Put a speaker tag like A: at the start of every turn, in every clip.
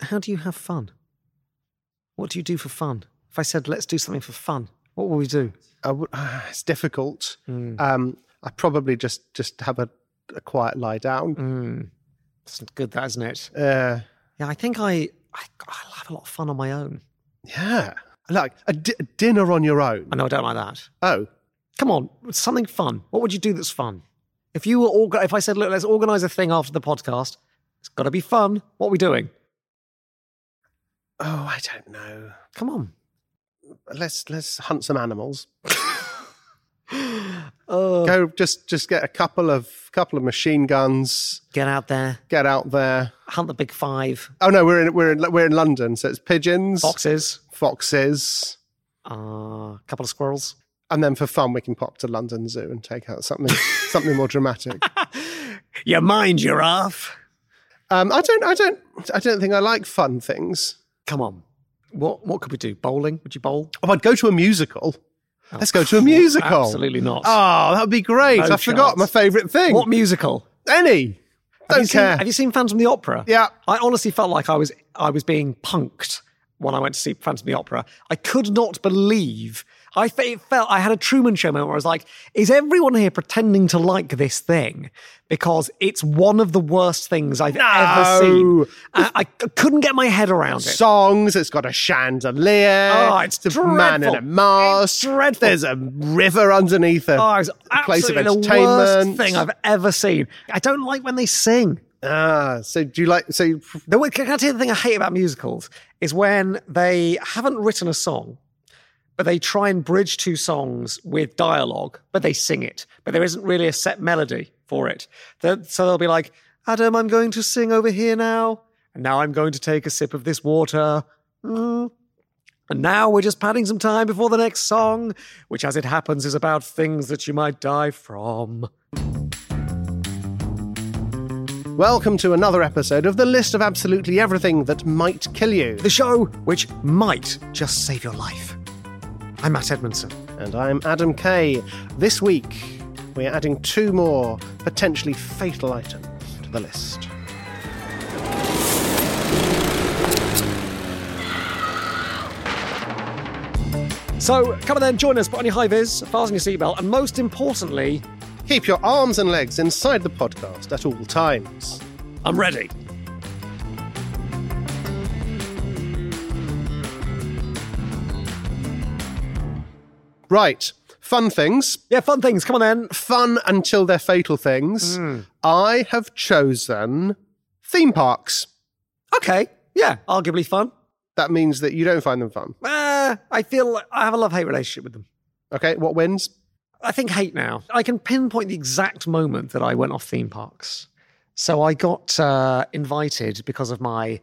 A: how do you have fun? What do you do for fun? If I said, let's do something for fun, what will we do?
B: I w- it's difficult. Um, I probably just just have a, a quiet lie down.
A: It's good, that isn't it?
B: Uh,
A: Yeah, I think I, I I have a lot of fun on my own.
B: yeah, like a di- dinner on your own.
A: I know I don't like that.
B: Oh,
A: Come on, something fun. What would you do that's fun? If you were org- if I said, look, let's organise a thing after the podcast, it's got to be fun. What are we doing?
B: oh, I don't know.
A: Come on.
B: Let's let's hunt some animals.
A: Oh,
B: Go just just get a couple of couple of machine guns.
A: get out there,
B: Get out there.
A: hunt the big five,
B: Oh no, we're in we're in we're in London, so it's pigeons,
A: boxes,
B: foxes,
A: a uh, couple of squirrels.
B: and then for fun we can pop to London Zoo and take out something something more dramatic.
A: You mind, giraffe.
B: Um, I don't I don't I don't think I like fun things.
A: Come on. What what could we do? Bowling? Would you bowl?
B: Oh, I'd go to a musical. Let's go to a musical.
A: Oh, Absolutely not.
B: Oh, that would be great. I
A: No
B: forgot
A: chance.
B: my favourite thing.
A: What musical?
B: Any.
A: Have
B: Don't
A: you seen-
B: care.
A: have you seen Phantom of the Opera?
B: Yeah.
A: I honestly felt like I was I was being punked when I went to see Phantom of the Opera. I could not believe. I fe- it felt I had a Truman Show moment where I was like, "Is everyone here pretending to like this thing? Because it's one of the worst things I've ever
B: No.
A: seen. I, I couldn't get my head around it.
B: Songs. It's got a chandelier.
A: Oh, it's
B: a man in
A: dreadful.
B: a mask.
A: It's dreadful.
B: There's a river underneath it.
A: Oh, I was
B: place of
A: absolutely the worst
B: entertainment.
A: thing I've ever seen. I don't like when they sing.
B: ah, so do you like? So you-
A: The, way- can I tell you the thing I hate about musicals is when they haven't written a song, but they try and bridge two songs with dialogue, but they sing it, but there isn't really a set melody for it. They're- so they'll be like, Adam, I'm going to sing over here now, and now I'm going to take a sip of this water. Mm. And now we're just padding some time before the next song, which, as it happens, is about things that you might die from.
B: welcome to another episode of the list of absolutely everything that might kill you.
A: The show which might just save your life. I'm Matt Edmondson.
B: And I'm Adam Kay. This week, we're adding two more potentially fatal items to the list.
A: So come on then, join us, put on your high vis, fasten your seatbelt, and most importantly,
B: Keep your arms and legs inside the podcast at all times.
A: I'm ready.
B: Right, fun things.
A: Yeah, fun things. Come on then.
B: Fun until they're fatal things.
A: Hmm.
B: I have chosen theme parks.
A: Okay. Yeah, arguably fun.
B: That means that you don't find them fun.
A: Uh, I feel like I have a love hate relationship with them.
B: Okay, what wins?
A: I think hate now. I can pinpoint the exact moment that I went off theme parks. So I got uh, invited because of my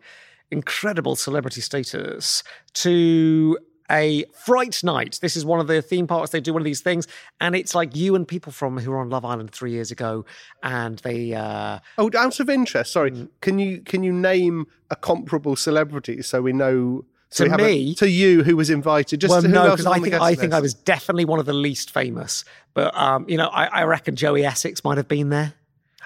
A: incredible celebrity status to a fright night. This is one of the theme parks. They do one of these things, and it's like you and people from who were on Love Island three years ago, and they. Uh,
B: Oh, out of interest, sorry.
A: Hmm.
B: Can you can you name a comparable celebrity so we know? So
A: To
B: we have a-
A: me?
B: to you who was invited. Just
A: well,
B: to who
A: no, because
B: else is on
A: I
B: the
A: think
B: guest
A: I think I
B: list?
A: was definitely one of the least famous. But um, you know, I, I reckon Joey Essex might have been there.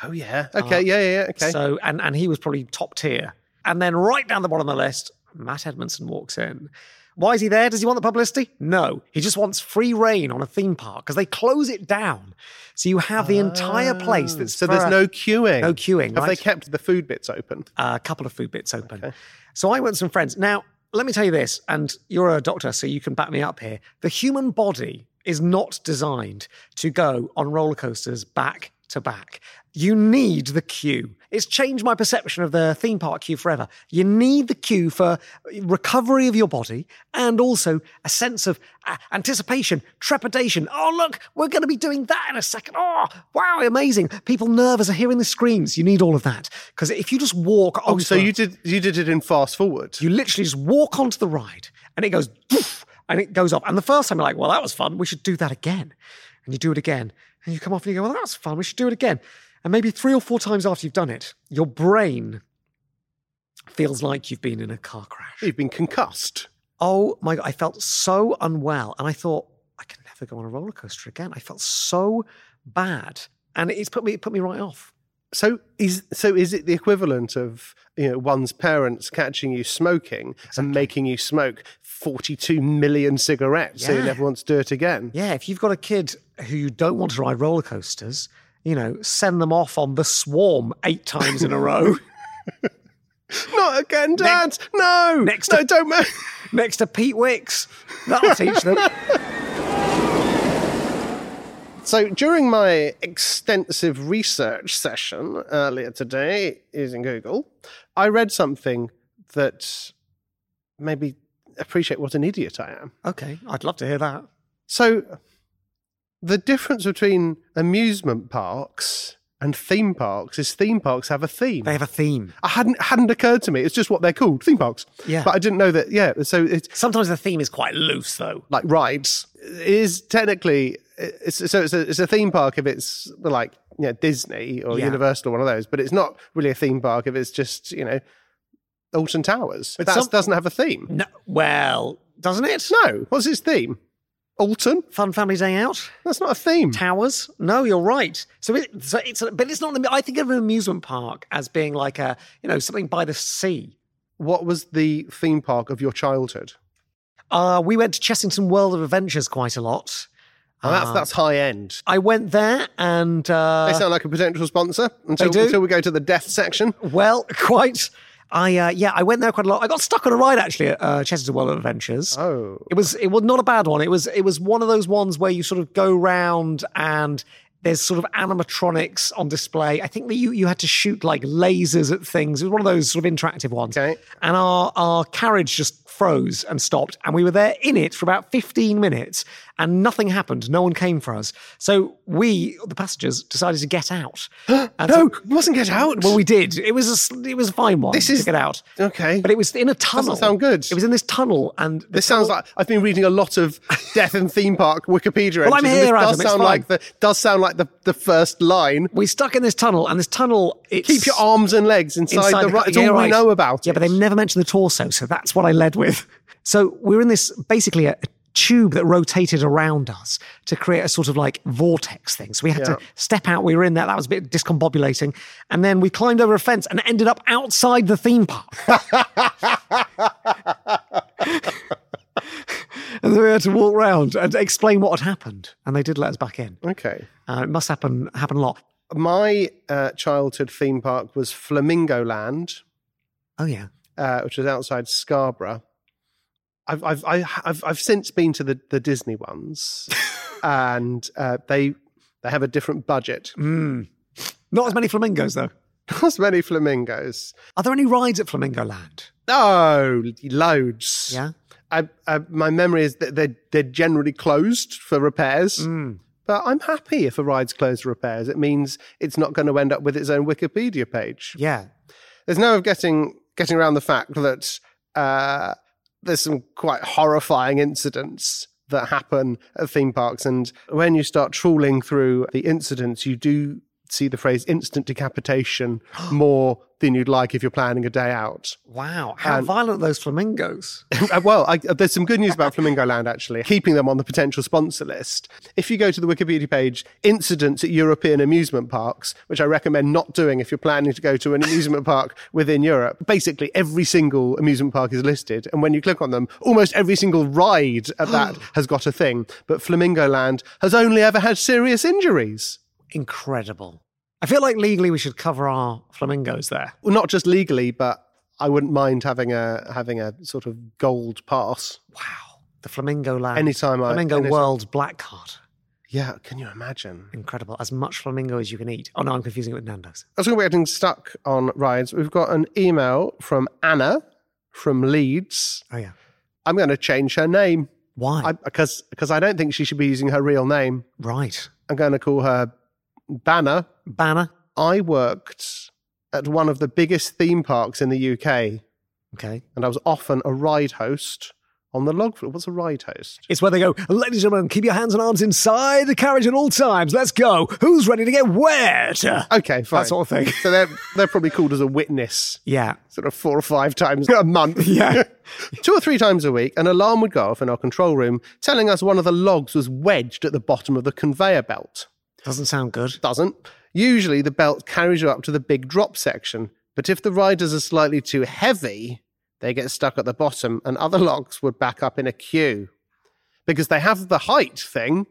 B: Oh yeah. Okay. yeah. Yeah. yeah, Okay.
A: Ah, So and and he was probably top tier. And then right down the bottom of the list, Matt Edmondson walks in. Why is he there? Does he want the publicity? No, he just wants free reign on a theme park because they close it down. So you have the entire place that's
B: Oh. so
A: for
B: there's
A: a-
B: no queuing.
A: no queuing.
B: Have they
A: right?
B: kept the food bits open?
A: a couple of food bits open. So I went with some friends. Now, let me tell you this, and you're a doctor, so you can back me up here. The human body is not designed to go on roller coasters back to back. You need the queue. It's changed my perception of the theme park queue forever. You need the queue for recovery of your body and also a sense of uh, anticipation, trepidation. Oh, look, we're going to be doing that in a second. Oh, wow, amazing. People nervous are hearing the screams. You need all of that. Because if you just walk
B: Oh, so you did you did it in fast forward.
A: you literally just walk onto the ride and it goes poof, and it goes off. And the first time you're like, well, that was fun. We should do that again. And you do it again. And you come off and you go, well, that was fun. We should do it again. And maybe three or four times after you've done it, your brain feels like you've been in a car crash.
B: You've been concussed.
A: Oh my God. I felt so unwell. And I thought, I can never go on a roller coaster again. I felt so bad. And it's put me, it put me right off.
B: So is so is it the equivalent of you know one's parents catching you smoking and making you smoke forty two million cigarettes so you
A: Yeah.
B: never want to do it again?
A: Yeah, if you've got a kid who you don't want to ride roller coasters, you know, send them off on the swarm eight times in a row.
B: Not again, Dad. no,
A: next
B: no,
A: up-
B: don't. ma-
A: next to Pete Wicks. That'll teach them.
B: So during my extensive research session earlier today using Google, I read something that maybe appreciate what an idiot I am.
A: Okay, I'd love to hear that.
B: So, the difference between amusement parks and theme parks is theme parks have a theme.
A: They have a theme.
B: I hadn't hadn't occurred to me. It's just what they're called, theme parks.
A: Yeah.
B: But I didn't know that. Yeah. So it's
A: Sometimes the theme is quite loose, though.
B: like rides It is technically it's, so it's a, it's a theme park if it's like you know, Disney or
A: Yeah.
B: Universal or one of those, but it's not really a theme park if it's just you know Alton Towers. That
A: some-
B: doesn't have a theme.
A: No, well, doesn't it?
B: No. What's its theme? Alton?
A: Fun family day out.
B: That's not a theme.
A: Towers? No, you're right. So, it, so it's, but it's not. an amu- I think of an amusement park as being like a, you know, something by the sea.
B: what was the theme park of your childhood?
A: Uh, we went to Chessington World of Adventures quite a lot.
B: And that's
A: Uh,
B: that's high end.
A: I went there and uh,
B: They sound like a potential sponsor until,
A: do.
B: until we go to the death section.
A: Well, quite. I uh, yeah, I went there quite a lot. I got stuck on a ride actually at uh, Chesterton World of Adventures.
B: Oh,
A: It was it was not a bad one. It was it was one of those ones where you sort of go round and there's sort of animatronics on display. I think that you you had to shoot like lasers at things. It was one of those sort of interactive ones.
B: Okay.
A: And our our carriage just froze and stopped, and we were there in it for about 15 minutes, and nothing happened. No one came for us. So we, the passengers, decided to get out. And so-
B: no, it wasn't Get Out.
A: well, we did. It was a s- it was a fine one. This
B: is-
A: to get out,
B: okay,
A: but it was in a tunnel.
B: sound good.
A: It was in this tunnel, and the
B: this sounds like I've been reading a lot of death and theme park Wikipedia.
A: Well, I'm
B: entries, and
A: here,
B: this
A: Adam,
B: Does
A: it's
B: sound like the does sound like the, the first line.
A: we stuck in this tunnel, and this tunnel. It's
B: Keep your arms and legs inside, the, right. It's
A: yeah,
B: all we
A: right.
B: know about.
A: Yeah, but
B: it.
A: they've never mentioned the torso, so that's what I led with. So we're in this basically a, a tube that rotated around us to create a sort of like vortex thing. So we had to step out. We were in there. That was a bit discombobulating, and then we climbed over a fence and ended up outside the theme park. and then we had to walk round and explain what had happened, and they did let us back in.
B: okay.
A: Uh, it must happen happen a lot.
B: My uh, childhood theme park was Flamingo Land.
A: Oh yeah.
B: uh, which was outside Scarborough. I've I've I- I've, I've since been to the, the Disney ones, and uh, they they have a different budget.
A: Not as many flamingos though.
B: Not as many flamingos.
A: Are there any rides at Flamingo Land?
B: Oh, loads.
A: Yeah.
B: I, I, my memory is that they're they're generally closed for repairs. But I'm happy if a ride's closed for repairs. It means it's not going to end up with its own Wikipedia page.
A: Yeah.
B: there's no way of getting getting around the fact that uh, there's some quite horrifying incidents that happen at theme parks, and when you start trawling through the incidents, you do see the phrase "instant decapitation" more than you'd like if you're planning a day out.
A: Wow. How violent are those flamingos.
B: Uh, well, I, there's some good news about Flamingo Land actually, keeping them on the potential sponsor list. If you go to the Wikipedia page, incidents at European amusement parks, which I recommend not doing if you're planning to go to an amusement park within Europe, basically every single amusement park is listed. And when you click on them, almost every single ride at that has got a thing. But Flamingo Land has only ever had serious injuries.
A: Incredible. I feel like legally we should cover our flamingos there.
B: Well, not just legally, but I wouldn't mind having a having a sort of gold pass.
A: Wow. The Flamingo Land.
B: Anytime I-
A: Flamingo
B: anytime-
A: World Black Card.
B: Yeah, can you imagine?
A: Incredible. As much flamingo as you can eat. Oh, no, I'm confusing it with Nando's.
B: As we're getting stuck on rides, we've got an email from Anna from Leeds.
A: Oh, yeah.
B: I'm going to change her name
A: Why?
B: because because I don't think she should be using her real name.
A: right.
B: I'm going to call her Banner.
A: Banner.
B: I worked at one of the biggest theme parks in the UK, and
A: Okay.
B: I was often a ride host on the log floor. What's a ride host?
A: It's where they go, ladies and gentlemen, keep your hands and arms inside the carriage at all times. Let's go. Who's ready to get wet? That
B: Okay, fine.
A: sort of thing.
B: so they're they're probably called as a witness.
A: Yeah.
B: sort of four or five times a month.
A: Yeah.
B: Two or three times a week, an alarm would go off in our control room telling us one of the logs was wedged at the bottom of the conveyor belt.
A: Doesn't sound good.
B: Doesn't. Usually, the belt carries you up to the big drop section, but if the riders are slightly too heavy, they get stuck at the bottom, and other logs would back up in a queue because they have the height thing,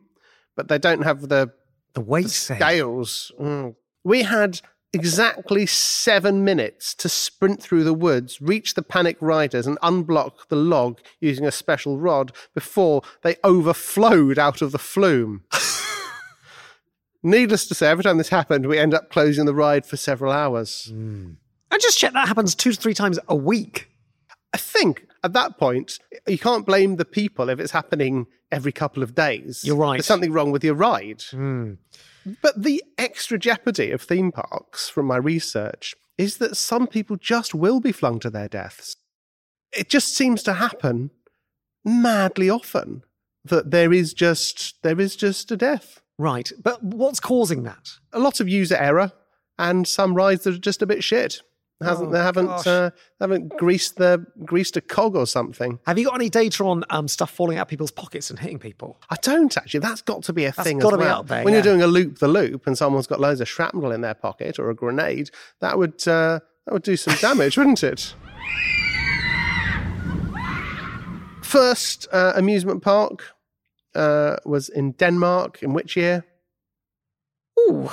B: but they don't have the
A: The weight thing.
B: scales. Mm. We had exactly seven minutes to sprint through the woods, reach the panic riders, and unblock the log using a special rod before they overflowed out of the flume. Needless to say, every time this happened, we end up closing the ride for several hours.
A: Mm. And just check that happens two to three times a week.
B: I think at that point, you can't blame the people if it's happening every couple of days.
A: You're right.
B: There's something wrong with your ride.
A: Hmm.
B: But the extra jeopardy of theme parks, from my research, is that some people just will be flung to their deaths. It just seems to happen madly often that there is just there is just a death.
A: Right. But what's causing that?
B: A lot of user error and some rides that are just a bit shit. Hasn't
A: Oh,
B: they haven't
A: gosh.
B: uh, haven't greased the greased a cog or something.
A: Have you got any data on um, stuff falling out of people's pockets and hitting people?
B: I don't actually. That's got to be a thing. as
A: gotta be
B: well.
A: up there,
B: When
A: yeah.
B: you're doing a loop the loop and someone's got loads of shrapnel in their pocket or a grenade, that would uh, that would do some damage, wouldn't it? First uh, amusement park uh, was in Denmark. In which year?
A: Ooh.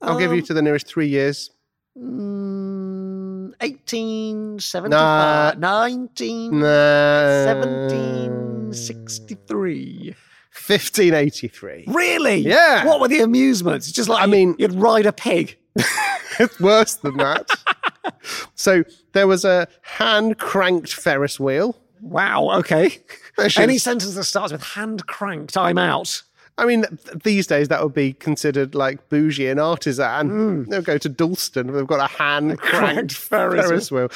B: I'll give you
A: Um,
B: to the nearest three years.
A: mm, 1875. 19.
B: Nah.
A: 1763.
B: 1583.
A: Really?
B: Yeah.
A: What were the amusements? Just like
B: I mean-
A: you'd ride a pig.
B: it's worse than that. so there was a hand cranked Ferris wheel.
A: Wow. Okay.
B: Which
A: Any
B: is-
A: sentence that starts with hand cranked, I'm out.
B: I mean, th- these days that would be considered like bougie and artisan. They'll go to Dalston. They've got a hand
A: cranked
B: cranked
A: Ferris
B: Ferris, wheel.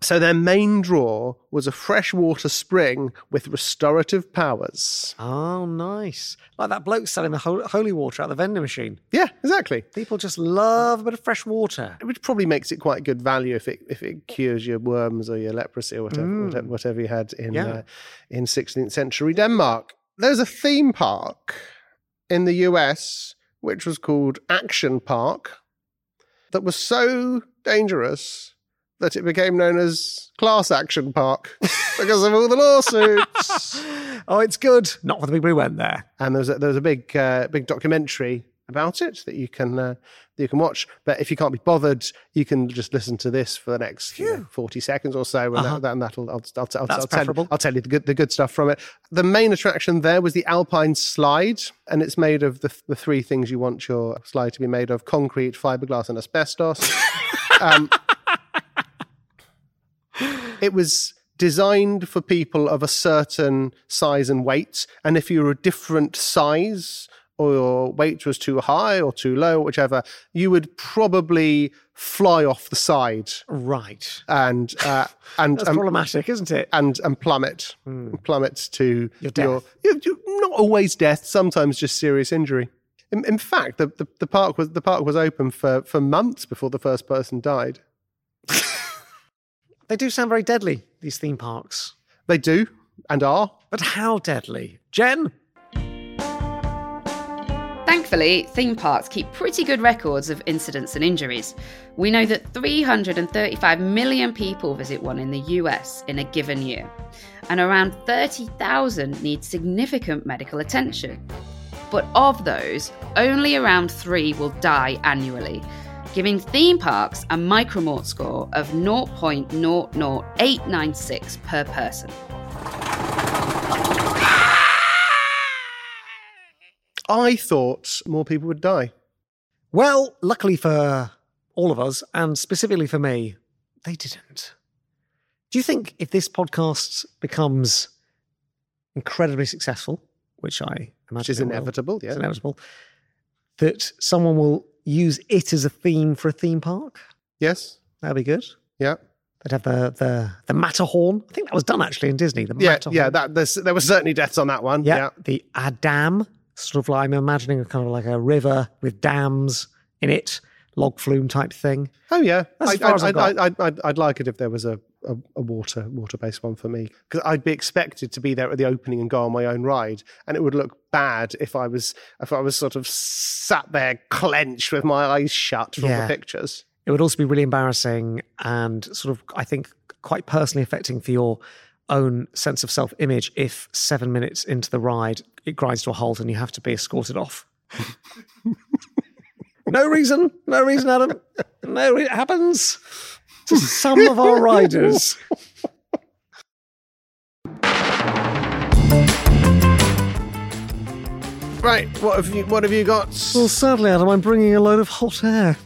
B: So their main draw was a freshwater spring with restorative powers.
A: Oh, nice. Like that bloke selling the hol- holy water out the vending machine.
B: Yeah, exactly.
A: People just love a bit of fresh water.
B: Which probably makes it quite good value if it if it cures your worms or your leprosy or whatever whatever, whatever you had in
A: Yeah.
B: uh, in 16th century Denmark. There's a theme park in the US which was called Action Park that was so dangerous that it became known as Class Action Park because of all the lawsuits.
A: Oh, it's good. Not for the people who went there.
B: and there's a, there's a big uh, big documentary about it that you can uh, that you can watch. But if you can't be bothered, you can just listen to this for the next you know, forty seconds or so, and, that, that, and that'll I'll, I'll, I'll,
A: Uh-huh. That's
B: I'll tell,
A: preferable.
B: I'll tell you the good the good stuff from it. The main attraction there was the Alpine slide, and it's made of the, the three things you want your slide to be made of: concrete, fiberglass, and asbestos. um, it was designed for people of a certain size and weight. And if you were a different size or your weight was too high or too low, whichever, you would probably fly off the side
A: Right.
B: and uh, and
A: That's
B: um,
A: problematic, isn't it?
B: and and plummet, plummet to
A: Hmm. Your death.
B: you- you- not always death, sometimes just serious injury. In, in fact, the, the, the park was the park was open for, for months before the first person died.
A: They do sound very deadly, these theme parks.
B: They do and are
A: But how deadly? Jen?
C: Thankfully, theme parks keep pretty good records of incidents and injuries. We know that 335 million people visit one in the US in a given year, and around 30,000 need significant medical attention. But of those, only around three will die annually, giving theme parks a micromort score of 0.00896 per person.
B: I thought more people would die.
A: Well, luckily for all of us, and specifically for me, they didn't. Do you think if this podcast becomes incredibly successful, which I imagine
B: Which is
A: it will,
B: inevitable, yeah.
A: it's inevitable, that someone will use it as a theme for a theme park?
B: Yes.
A: That'd be good.
B: Yeah.
A: They'd have the the the Matterhorn. I think that was done actually in Disney. The
B: Yeah.
A: Matterhorn.
B: Yeah. That there's, there were certainly deaths on that one. Yeah.
A: The Adam, sort of like I'm imagining a kind of like a river with dams in it, log flume type thing.
B: Oh yeah.
A: That's
B: I,
A: as far as
B: I,
A: I've
B: I, I, I, I'd, I'd like it if there was a, a, a water water based one for me because I'd be expected to be there at the opening and go on my own ride, and it would look bad if I was if I was sort of sat there clenched with my eyes shut from
A: Yeah.
B: the pictures.
A: It would also be really embarrassing and sort of, I think, quite personally affecting for your own sense of self image if seven minutes into the ride it grinds to a halt and you have to be escorted off. no reason. No reason, Adam. No, it happens to some of our riders.
B: Right, what have you what have you got?
A: Well, sadly, Adam, I'm bringing a load of hot air.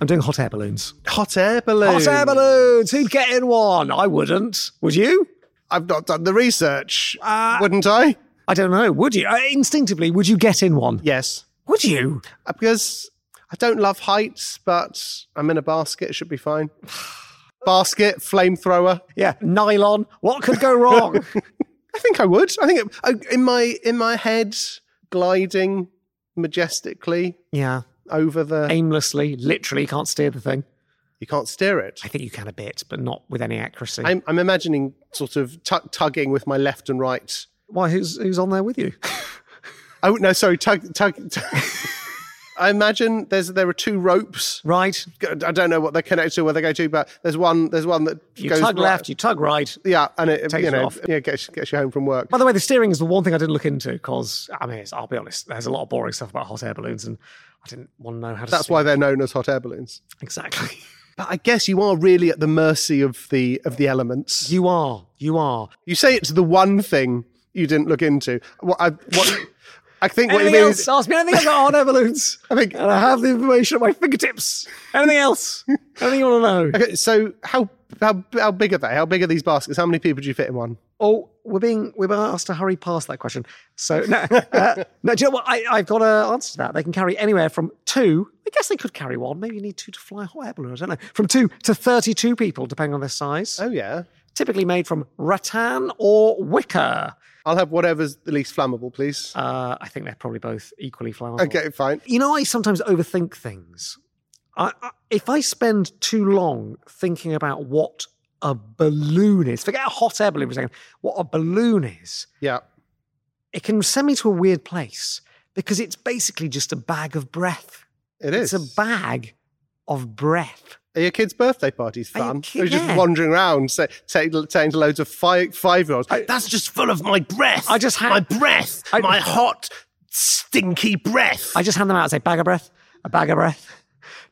A: I'm doing hot air balloons.
B: Hot air balloon.
A: Hot air balloons! Who'd get in one? I wouldn't. Would you?
B: I've not done the research,
A: Uh,
B: wouldn't I?
A: I don't know. Would you? Uh, instinctively, would you get in one?
B: Yes,
A: Would you?
B: Uh, because I don't love heights, but I'm in a basket. It should be fine. Basket, flamethrower.
A: Yeah, nylon. What could go wrong?
B: I think I would. I think it, I, in my in my head, gliding majestically
A: yeah,
B: over the.
A: aimlessly, literally can't steer the thing.
B: You can't steer it.
A: I think you can a bit, but not with any accuracy.
B: I'm, I'm imagining sort of tu tugging with my left and right.
A: Why? Who's who's on there with you?
B: Oh no, sorry, tug tug. tug. I imagine there's there are two ropes.
A: Right.
B: I don't know what they're connected to, where they go to, but there's one there's one that
A: You
B: goes
A: tug
B: right-
A: left. You tug right.
B: Yeah, and it
A: Takes
B: you
A: it
B: know
A: off.
B: yeah gets gets you home from work.
A: By the way, the steering is the one thing I didn't look into because I mean, it's, I'll be honest. There's a lot of boring stuff about hot air balloons, and I didn't want to know how to.
B: That's
A: steer.
B: why they're known as hot air balloons.
A: exactly.
B: But I guess you are really at the mercy of the of the elements.
A: You are. You are.
B: You say it's the one thing you didn't look into. What I, what, I think what you
A: Anything
B: mean
A: else?
B: is,
A: Ask me anything else about hot air balloons.
B: I think,
A: And I have the information at my fingertips. Anything else? Anything you want to know?
B: okay, so how, how, how big are they? How big are these baskets? How many people do you fit in one?
A: Oh, we're being we're being asked to hurry past that question. So no, uh, no. Do you know what? I, I've got an answer to that. They can carry anywhere from two. I guess they could carry one. Maybe you need two to fly a hot air balloon. I don't know. From two to thirty-two people, depending on their size.
B: Oh yeah.
A: Typically made from rattan or wicker.
B: I'll have whatever's the least flammable, please.
A: Uh, I think they're probably both equally flammable.
B: Okay, fine.
A: You know, I sometimes overthink things. I, I, if I spend too long thinking about what a balloon is, forget a hot air balloon for a second. What a balloon is.
B: Yeah.
A: it can send me to a weird place because it's basically just a bag of breath.
B: It is.
A: It's a bag of breath.
B: Are your kids' birthday parties
A: Are your
B: fun?
A: kid-
B: You're just
A: yeah.
B: wandering around, say, take, saying to loads of five, five-year-olds,
D: That's just full of my breath.
A: I just had-
D: my breath,
A: I-
D: my hot, stinky breath.
A: I just hand them out and say, bag of breath, a bag of breath.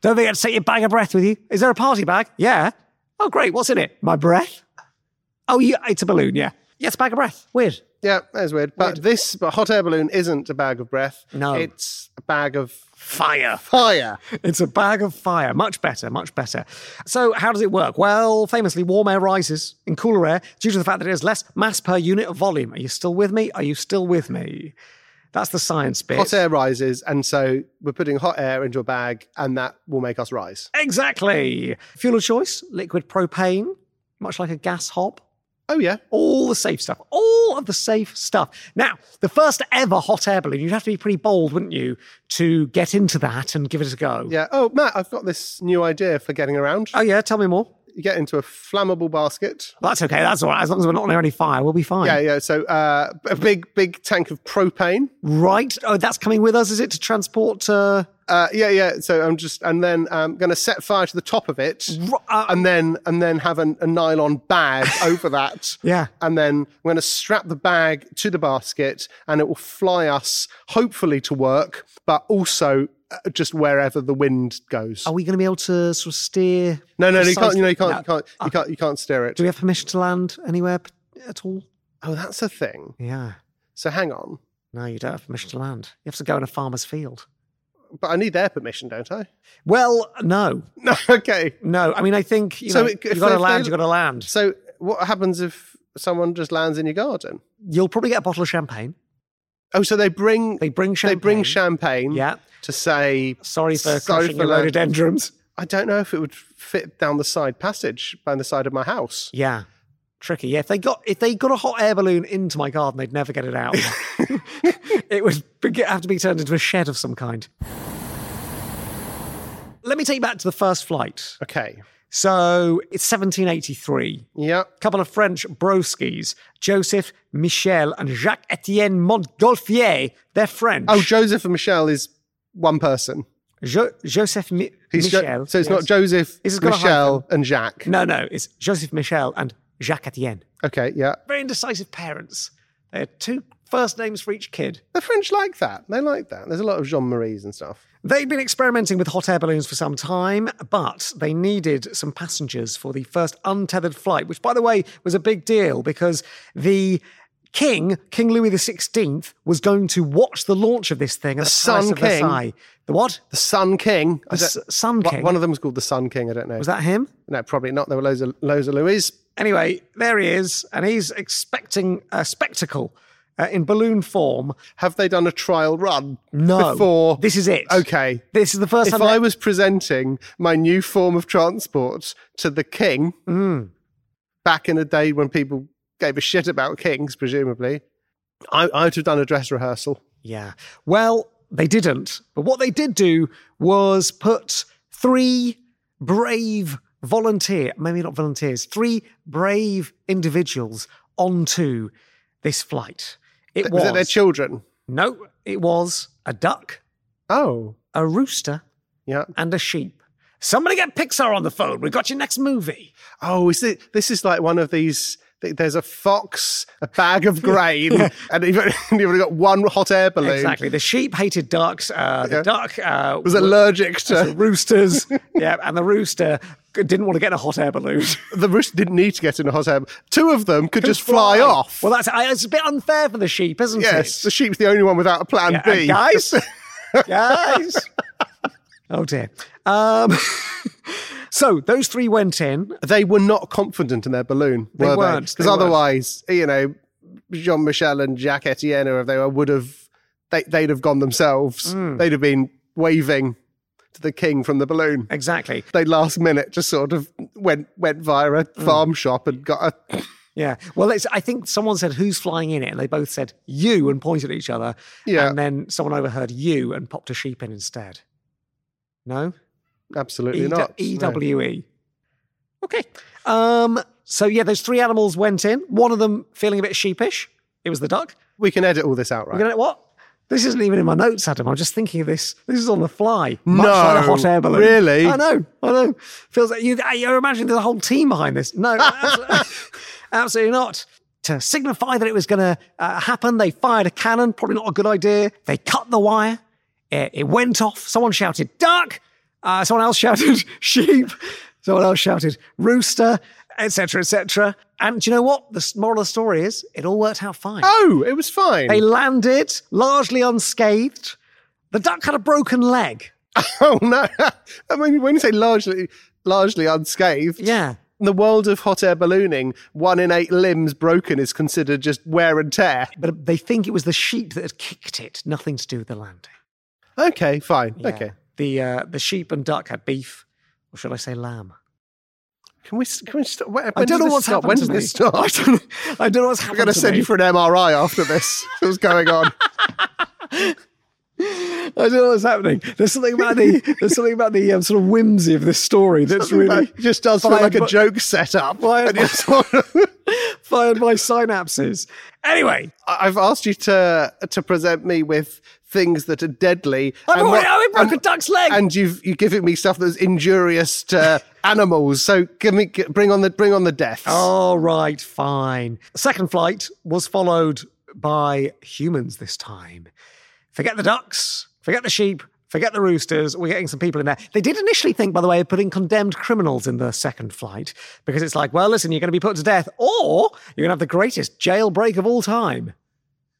A: Don't forget to take your bag of breath with you. Is there a party bag? Yeah. Oh, great. What's in it? My breath. Oh, yeah, it's a balloon. Yeah. Yes, bag of breath. Weird.
B: yeah, that's weird. But this but hot air balloon isn't a bag of breath.
A: No.
B: It's a bag of
D: Fire.
B: fire.
A: It's a bag of fire. Much better, much better. So, how does it work? Well, famously, warm air rises in cooler air due to the fact that it has less mass per unit of volume. Are you still with me? Are you still with me? That's the science bit.
B: hot air rises, and so we're putting hot air into a bag, and that will make us rise.
A: Exactly. Fuel of choice, liquid propane, much like a gas hob.
B: Oh yeah,
A: All the safe stuff. All of the safe stuff. Now, the first ever hot air balloon, you'd have to be pretty bold, wouldn't you, to get into that and give it a go?
B: yeah. Oh Matt, I've got this new idea for getting around.
A: Oh, yeah. Tell me more.
B: You get into a flammable basket.
A: That's okay. That's all right. As long as we're not near any fire, we'll be fine.
B: Yeah, yeah. So uh, a big, big tank of propane.
A: Right. Oh, that's coming with us, is it, to transport? Uh,
B: Uh, yeah, yeah. So I'm just, and then I'm going to set fire to the top of it,
A: ro- uh,
B: and then and then have an, a nylon bag over that.
A: yeah.
B: And then I'm going to strap the bag to the basket, and it will fly us hopefully to work, but also uh, just wherever the wind goes.
A: Are we going to be able to sort of steer?
B: No, no, no, you can't. You know, you can't.
A: Oh, No. Oh.
B: You can't. You can't. You can't steer it.
A: Do we have permission to land anywhere p- at all?
B: Oh, that's a thing.
A: Yeah.
B: So hang on,
A: No, you don't have permission to land. You have to go in a farmer's field.
B: but I need their permission, don't I?
A: Well, no,
B: No. Okay.
A: no. I mean, I think you
B: So
A: know,
B: it-
A: you've
B: if
A: got to
B: they-
A: land.
B: they-
A: You've got to land.
B: So what happens if someone just lands in your garden?
A: You'll probably get a bottle of champagne.
B: Oh, so they bring
A: They bring
B: they
A: champagne.
B: bring champagne.
A: Yeah.
B: To say,
A: Sorry for
B: Sorry
A: crushing
B: for
A: your
B: that.
A: rhododendrons.
B: I don't know if it would fit down the side passage by the side of my house.
A: Yeah. Tricky. Yeah. If they got if they got a hot air balloon into my garden, they'd never get it out. it would be- have to be turned into a shed of some kind. Let me take you back to the first flight.
B: Okay.
A: So it's 1783.
B: Yeah.
A: A couple of French broskies, Joseph Michel and Jacques Etienne Montgolfier. They're French.
B: Oh, Joseph and Michelle is one person.
A: Jo- Joseph Mi-
B: He's Jo-
A: Michel.
B: so it's
A: yes.
B: not Joseph,
A: Is it got a
B: Michelle, and Jacques.
A: No, no, it's Joseph Michel and Jacques Etienne.
B: Okay, yeah.
A: Very indecisive parents. They had two first names for each kid.
B: The French like that. They like that. There's a lot of Jean Marie's and stuff.
A: They'd been experimenting with hot air balloons for some time, but they needed some passengers for the first untethered flight, which, by the way, was a big deal because the king, King Louis XVI, was going to watch the launch of this thing at the,
B: Sun
A: Palace of
B: King?
A: Versailles. The what?
B: The Sun King. I
A: The
B: don't-
A: S- Sun
B: One-
A: King.
B: One of them was called the Sun King. I don't know.
A: was that him?
B: No, probably not. There were loads of loads of Louis.
A: Anyway, there he is, and he's expecting a spectacle uh, in balloon form.
B: Have they done a trial run?
A: No.
B: Before
A: This is it.
B: Okay.
A: This is the first
B: If
A: time.
B: I was presenting my new form of transport to the king
A: Mm.
B: back in a day when people gave a shit about kings, presumably, I, I'd have done a dress rehearsal.
A: Yeah. Well, they didn't. But what they did do was put three brave volunteer, maybe not volunteers, three brave individuals onto this flight. It
B: Was it their
A: was
B: children?
A: no, it was a duck,
B: Oh,
A: a rooster,
B: yeah.
A: and a sheep. Somebody get Pixar on the phone. We've got your next movie.
B: Oh, is it? This is like one of these. th- There's a fox, a bag of grain, and you've, you've only got one hot air balloon.
A: Exactly. The sheep hated ducks. Uh, the
B: Yeah.
A: duck uh,
B: Was allergic
A: the
B: to
A: roosters. yeah, and the rooster didn't want to get in a hot air balloon.
B: the rooster. Didn't need to get in a hot air. Two of them could just fly, off.
A: Well, that's I- it's a bit unfair for the sheep, isn't
B: yes, the
A: it?
B: sheep's the only one without a plan
A: Yeah,
B: B.
A: and guys, guys. Oh dear. Um, so those three went in.
B: they were not confident in their balloon, were
A: weren't, they
B: Because
A: weren't.
B: otherwise, you know, Jean Michel and Jacques Etienne, or if they were, would have they, they'd have gone themselves.
A: Hmm.
B: They'd have been waving to the king from the balloon.
A: Exactly.
B: They last minute just sort of went went via a
A: Mm.
B: farm shop and got a.
A: Yeah. Well, it's, I think someone said who's flying in it, and they both said you and pointed at each other.
B: Yeah.
A: And then someone overheard you and popped a sheep in instead. No.
B: Absolutely not.
A: E
B: No.
A: W E. Okay. Um, so yeah, those three animals went in. One of them feeling a bit sheepish. It was the duck.
B: We can edit all this out, right?
A: We're gonna what? This isn't even in my notes, Adam. I'm just thinking of this. This is on the fly. Much like a hot air balloon.
B: really?
A: I know. I know. Feels like you. uh, You're imagining there's a whole team behind this. No, absolutely, absolutely not. To signify that it was going to uh, happen, they fired a cannon. Probably not a good idea. They cut the wire. It, it went off. Someone shouted duck. Uh, someone else shouted sheep. Someone else shouted rooster, etc., etc. And do you know what? The s- moral of the story is it all worked out fine.
B: Oh, it was fine.
A: They landed largely unscathed. The duck had a broken leg.
B: oh no! I mean, when you say largely, largely unscathed,
A: Yeah.
B: In the world of hot air ballooning, one in eight limbs broken is considered just wear and tear.
A: But they think it was the sheep that had kicked it, nothing to do with the landing.
B: Okay, fine.
A: Yeah.
B: Okay.
A: The, uh, the sheep and duck had beef, or should I say lamb?
B: Can we? Can we stop? When,
A: I don't know what's
B: stop?
A: happened
B: When
A: to
B: does
A: me.
B: this stop?
A: I don't, I don't know what's
B: We're
A: happened
B: going to send
A: me.
B: you for an MRI after this. What's going on?
A: I don't know what's happening. There's something about the, there's something about the um, sort of whimsy of this story that's really
B: it just does feel
A: fired
B: like a
A: my-
B: joke setup.
A: Why-
B: And you're sort of-
A: fired my synapses. Anyway,
B: I- I've asked you to to present me with things that are deadly.
A: I've
B: and
A: already,
B: what-
A: I broke
B: and-
A: a duck's leg.
B: and you've you given me stuff that's injurious to animals. So give me g- bring on the bring on the deaths.
A: All right, fine. The second flight was followed by humans this time. Forget the ducks, forget the sheep, forget the roosters. We're getting some people in there. They did initially think, by the way, of putting condemned criminals in the second flight because it's like, well, listen, you're going to be put to death or you're going to have the greatest jailbreak of all time.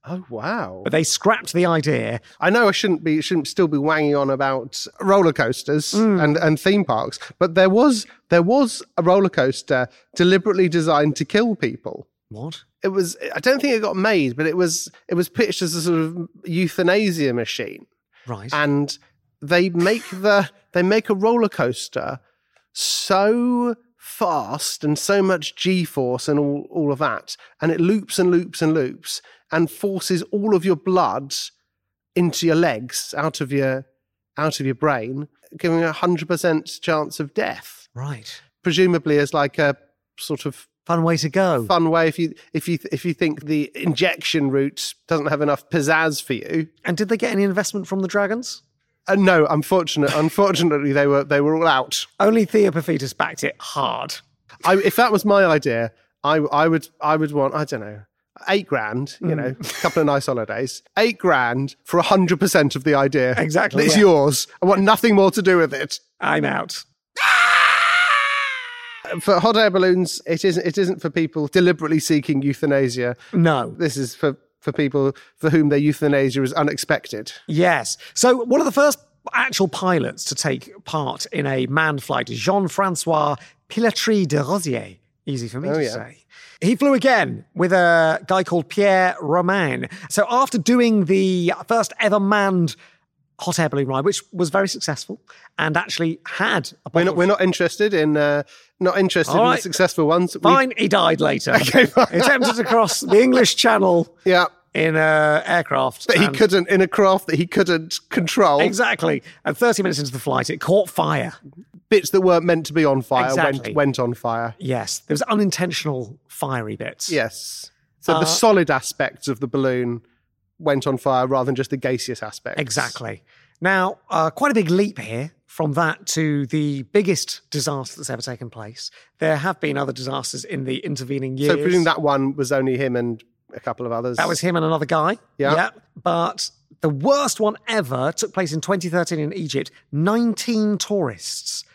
B: Oh wow!
A: But they scrapped the idea.
B: I know I shouldn't be shouldn't still be wanging on about roller coasters
A: Hmm.
B: and, and theme parks, but there was there was a roller coaster deliberately designed to kill people.
A: What?
B: It was I don't think it got made, but it was it was pitched as a sort of euthanasia machine,
A: Right.
B: and they make the they make a roller coaster so fast and so much G force and all all of that, and it loops and loops and loops and forces all of your blood into your legs, out of your out of your brain, giving a hundred percent chance of death.
A: right.
B: presumably as like a sort of
A: Fun way to go.
B: fun way if you if you if you think the injection route doesn't have enough pizzazz for you.
A: And did they get any investment from the dragons?
B: Uh, no, unfortunate, unfortunately they were they were all out.
A: Only Theopophetus backed it hard.
B: I, if that was my idea, I I would I would want I don't know eight grand.
A: Hmm.
B: You know, a couple of nice holidays, eight grand for hundred percent of the idea.
A: Exactly,
B: it's
A: yeah.
B: yours. I want nothing more to do with it.
A: I'm out.
B: For hot air balloons, it isn't it isn't for people deliberately seeking euthanasia.
A: No.
B: This is for for people for whom their euthanasia is unexpected.
A: Yes. So one of the first actual pilots to take part in a manned flight, Jean-Francois Pilatry de Rosier. Easy for me to
B: Oh, yeah.
A: say. He flew again with a guy called Pierre Romain. So after doing the first ever manned hot air balloon ride, which was very successful and actually had a
B: We're not we're not interested in uh, not interested
A: All
B: in
A: right.
B: the successful ones. We-
A: Fine, he died later. He attempted to cross the English Channel
B: yeah.
A: in a aircraft.
B: That he
A: and-
B: couldn't in a craft that he couldn't control.
A: Exactly. And 30 minutes into the flight, it caught fire.
B: Bits that weren't meant to be on fire
A: Exactly.
B: went went on fire.
A: Yes, there was unintentional fiery bits.
B: Yes. So
A: Uh,
B: the solid aspects of the balloon went on fire rather than just the gaseous aspects.
A: Exactly. Now, uh, quite a big leap here from that to the biggest disaster that's ever taken place. There have been other disasters in the intervening years.
B: So presuming that one was only him and a couple of others.
A: That was him and another guy.
B: Yeah.
A: But the worst one ever took place in 2013 in Egypt. 19 tourists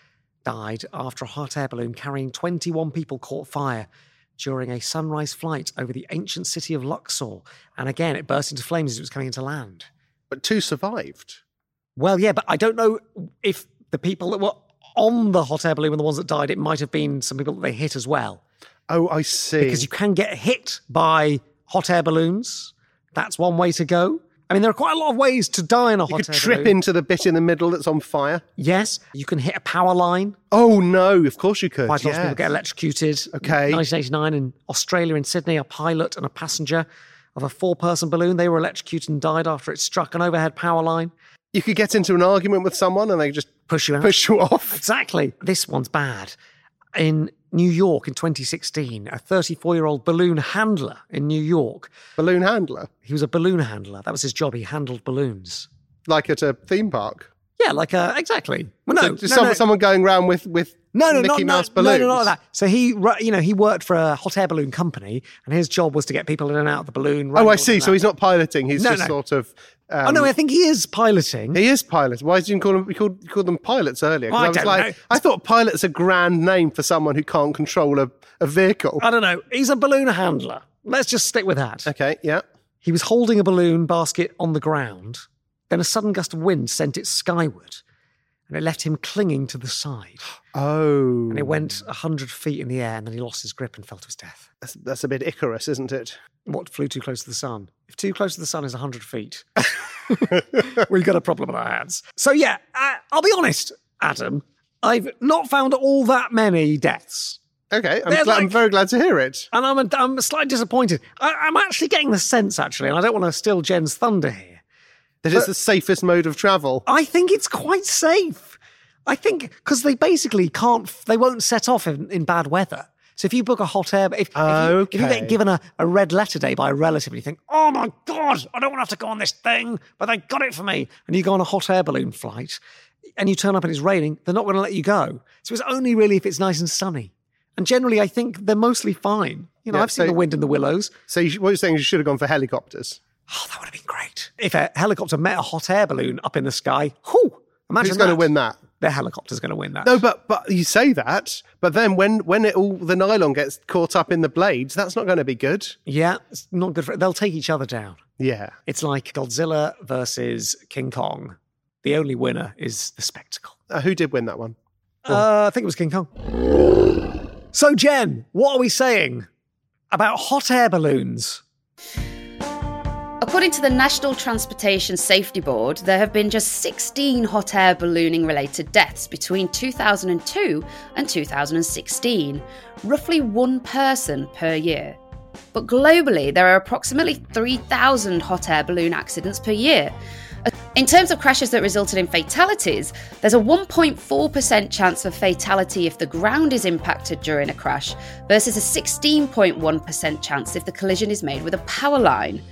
A: died after a hot air balloon carrying 21 people caught fire during a sunrise flight over the ancient city of Luxor. And again, it burst into flames as it was coming into land.
B: but two survived.
A: Well, yeah, but I don't know if the people that were on the hot air balloon were the ones that died. It might have been some people that they hit as well
B: Oh, I see.
A: because you can get hit by hot air balloons. That's one way to go. I mean, there are quite a lot of ways to die in a
B: You
A: hot
B: could
A: air
B: trip
A: balloon.
B: into the bit in the middle that's on fire.
A: Yes, you can hit a power line.
B: Oh no, of course you could.
A: Quite a lot of people
B: yes.
A: get electrocuted.
B: Okay.
A: 1989 in Australia, in Sydney, a pilot and a passenger of a four-person balloon. They were electrocuted and died after it struck an overhead power line.
B: You could get into an argument with someone and they just
A: Push you out.
B: push you off.
A: Exactly. This one's bad. In New York in 2016, a 34 year old balloon handler in New York,
B: Balloon handler.
A: he was a balloon handler. That was his job. He handled balloons.
B: Like at a theme park.
A: Yeah, like, uh, exactly. Well, no,
B: So
A: no,
B: just some-
A: no.
B: someone going round with, with
A: No, no,
B: Mickey
A: not,
B: Mouse
A: no,
B: balloons.
A: no, no, not like that. So he, ru- you know, he worked for a hot air balloon company, and his job was to get people in and out of the balloon.
B: Oh,
A: wrangle
B: I
A: them
B: see.
A: out.
B: So he's not piloting. He's
A: No,
B: just
A: no.
B: sort of. Um,
A: oh no, I think he is piloting.
B: He is pilot. Why did you call them? You called, you called them pilots earlier. 'Cause
A: I
B: I was
A: don't
B: like,
A: know.
B: I thought pilot's a grand name for someone who can't control a, a vehicle.
A: I don't know. He's a balloon handler. Let's just stick with that.
B: okay, yeah.
A: He was holding a balloon basket on the ground. Then a sudden gust of wind sent it skyward, and it left him clinging to the side.
B: Oh,
A: And it went a 100 feet in the air, and then he lost his grip and fell to his death.
B: that's, that's a bit Icarus, isn't it?
A: What flew too close to the sun? If too close to the sun is a 100 feet, we've got a problem on our hands. So, yeah, uh, I'll be honest, Adam, I've not found all that many deaths.
B: Okay, I'm,
A: They're
B: glad, I'm
A: like-
B: very glad to hear it.
A: And I'm, I'm slightly disappointed. I, I'm actually getting the sense, actually, and I don't want to steal Jen's thunder here.
B: That is the safest mode of travel.
A: I think it's quite safe. I think because they basically can't, they won't set off in, in bad weather. So if you book a hot air, if,
B: Ah,
A: if, you, if you
B: okay.
A: get given a, a red letter day by a relative and you think, oh my God, I don't want to have to go on this thing, but they got it for me. And you go on a hot air balloon flight and you turn up and it's raining, they're not going to let you go. So it's only really if it's nice and sunny. And generally, I think they're mostly fine. You know,
B: Yeah,
A: I've seen
B: so-
A: the wind in the willows.
B: So you, sh- what you're saying is you should have gone for helicopters.
A: Oh, that would have been great. If a helicopter met a hot air balloon up in the sky, whew, imagine
B: Who's going to
A: that.
B: win that?
A: The helicopter's going to win that.
B: No, but but you say that, but then when when it all the nylon gets caught up in the blades, that's not going to be good.
A: Yeah, it's not good for They'll take each other down.
B: Yeah.
A: It's like Godzilla versus King Kong. The only winner is the spectacle.
B: Uh, who did win that one?
A: Uh, I think it was King Kong. So, Jen, what are we saying about hot air balloons?
C: According to the National Transportation Safety Board, there have been just 16 hot air ballooning related deaths between 2002 and 2016, roughly one person per year. But globally, there are approximately 3,000 hot air balloon accidents per year, In terms of crashes that resulted in fatalities, there's a 1.4% chance of fatality if the ground is impacted during a crash versus a 16.1% chance if the collision is made with a power line.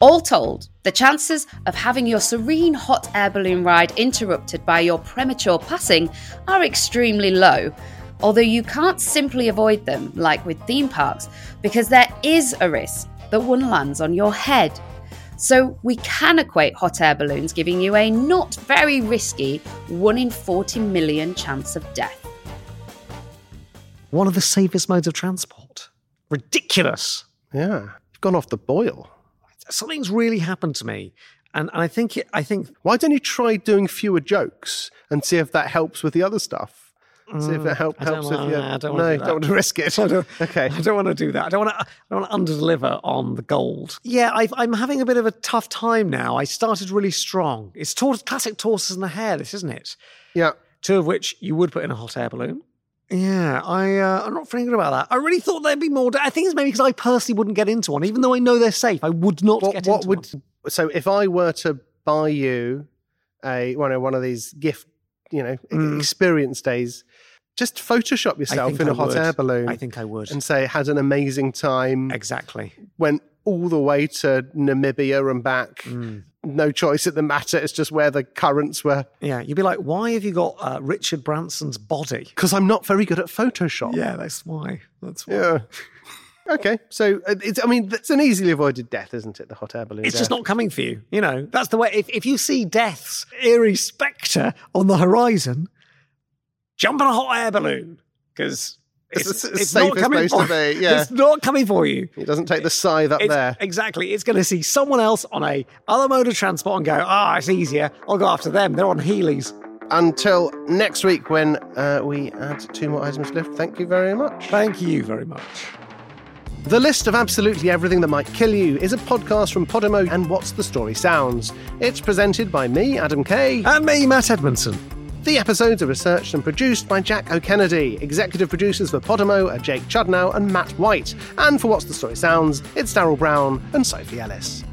C: All told, the chances of having your serene hot air balloon ride interrupted by your premature passing are extremely low, although you can't simply avoid them like with theme parks because there is a risk that one lands on your head. So we can equate hot air balloons giving you a not very risky 1 in 40 million chance of death.
A: One of the safest modes of transport. Ridiculous.
B: Yeah. You've gone off the boil.
A: Something's really happened to me. And I think it, I think
B: Why don't you try doing fewer jokes and see if that helps with the other stuff? See if it help,
A: Mm, I don't
B: helps
A: wanna-
B: with your.
A: I don't wanna
B: no,
A: do
B: you
A: that.
B: don't want to risk it.
A: I don't-
B: okay.
A: I don't want to do that. I don't want to. I don't want to underdeliver on the gold. Yeah, I've, I'm having a bit of a tough time now. I started really strong. It's tors- classic tortoise and the hare. This isn't it.
B: Yeah.
A: Two of which you would put in a hot air balloon. Yeah, I uh, I'm not feeling good about that. I really thought there'd be more. da- I think it's maybe because I personally wouldn't get into one, even though I know they're safe. I would not
B: What,
A: get
B: what
A: into
B: would.
A: one.
B: So if I were to buy you a one of, one of these gift, you know, e-
A: Mm.
B: experience days, just Photoshop
A: I
B: yourself
A: think
B: in
A: I
B: a hot
A: would.
B: air balloon
A: I think I would.
B: and say, had an amazing time,
A: exactly.
B: went all the way to Namibia and back.
A: Mm.
B: No choice at the matter. It's just where the currents were.
A: Yeah, you'd be like, why have you got uh, Richard Branson's body?
B: Because I'm not very good at Photoshop.
A: Yeah, that's why. That's why.
B: Yeah. Okay, so uh, it's, I mean, that's an easily avoided death, isn't it? The hot air balloon.
A: It's
B: death?
A: just not coming for you. You know, that's the way. If, if you see death's eerie spectre on the horizon, jump in a hot air balloon because it's,
B: It's
A: it's,
B: the s-
A: not
B: safest
A: coming
B: place
A: for
B: to
A: you.
B: be, yeah.
A: It's not coming for you.
B: It doesn't take the scythe up
A: It's-
B: there.
A: Exactly. It's going to see someone else on a other mode of transport and go, ah, it's easier. I'll go after them. They're on Heelys.
B: Until next week, when uh, we add two more items left. Thank you very much.
A: Thank you very much.
B: The list of absolutely everything that might kill you is a podcast from Podimo and What's the Story Sounds. It's presented by me, Adam Kay.
A: And me, Matt Edmondson.
B: The episodes are researched and produced by Jack O'Kennedy. Executive producers for Podimo are Jake Chudnow and Matt White. And for What's the Story Sounds, it's Daryl Brown and Sophie Ellis.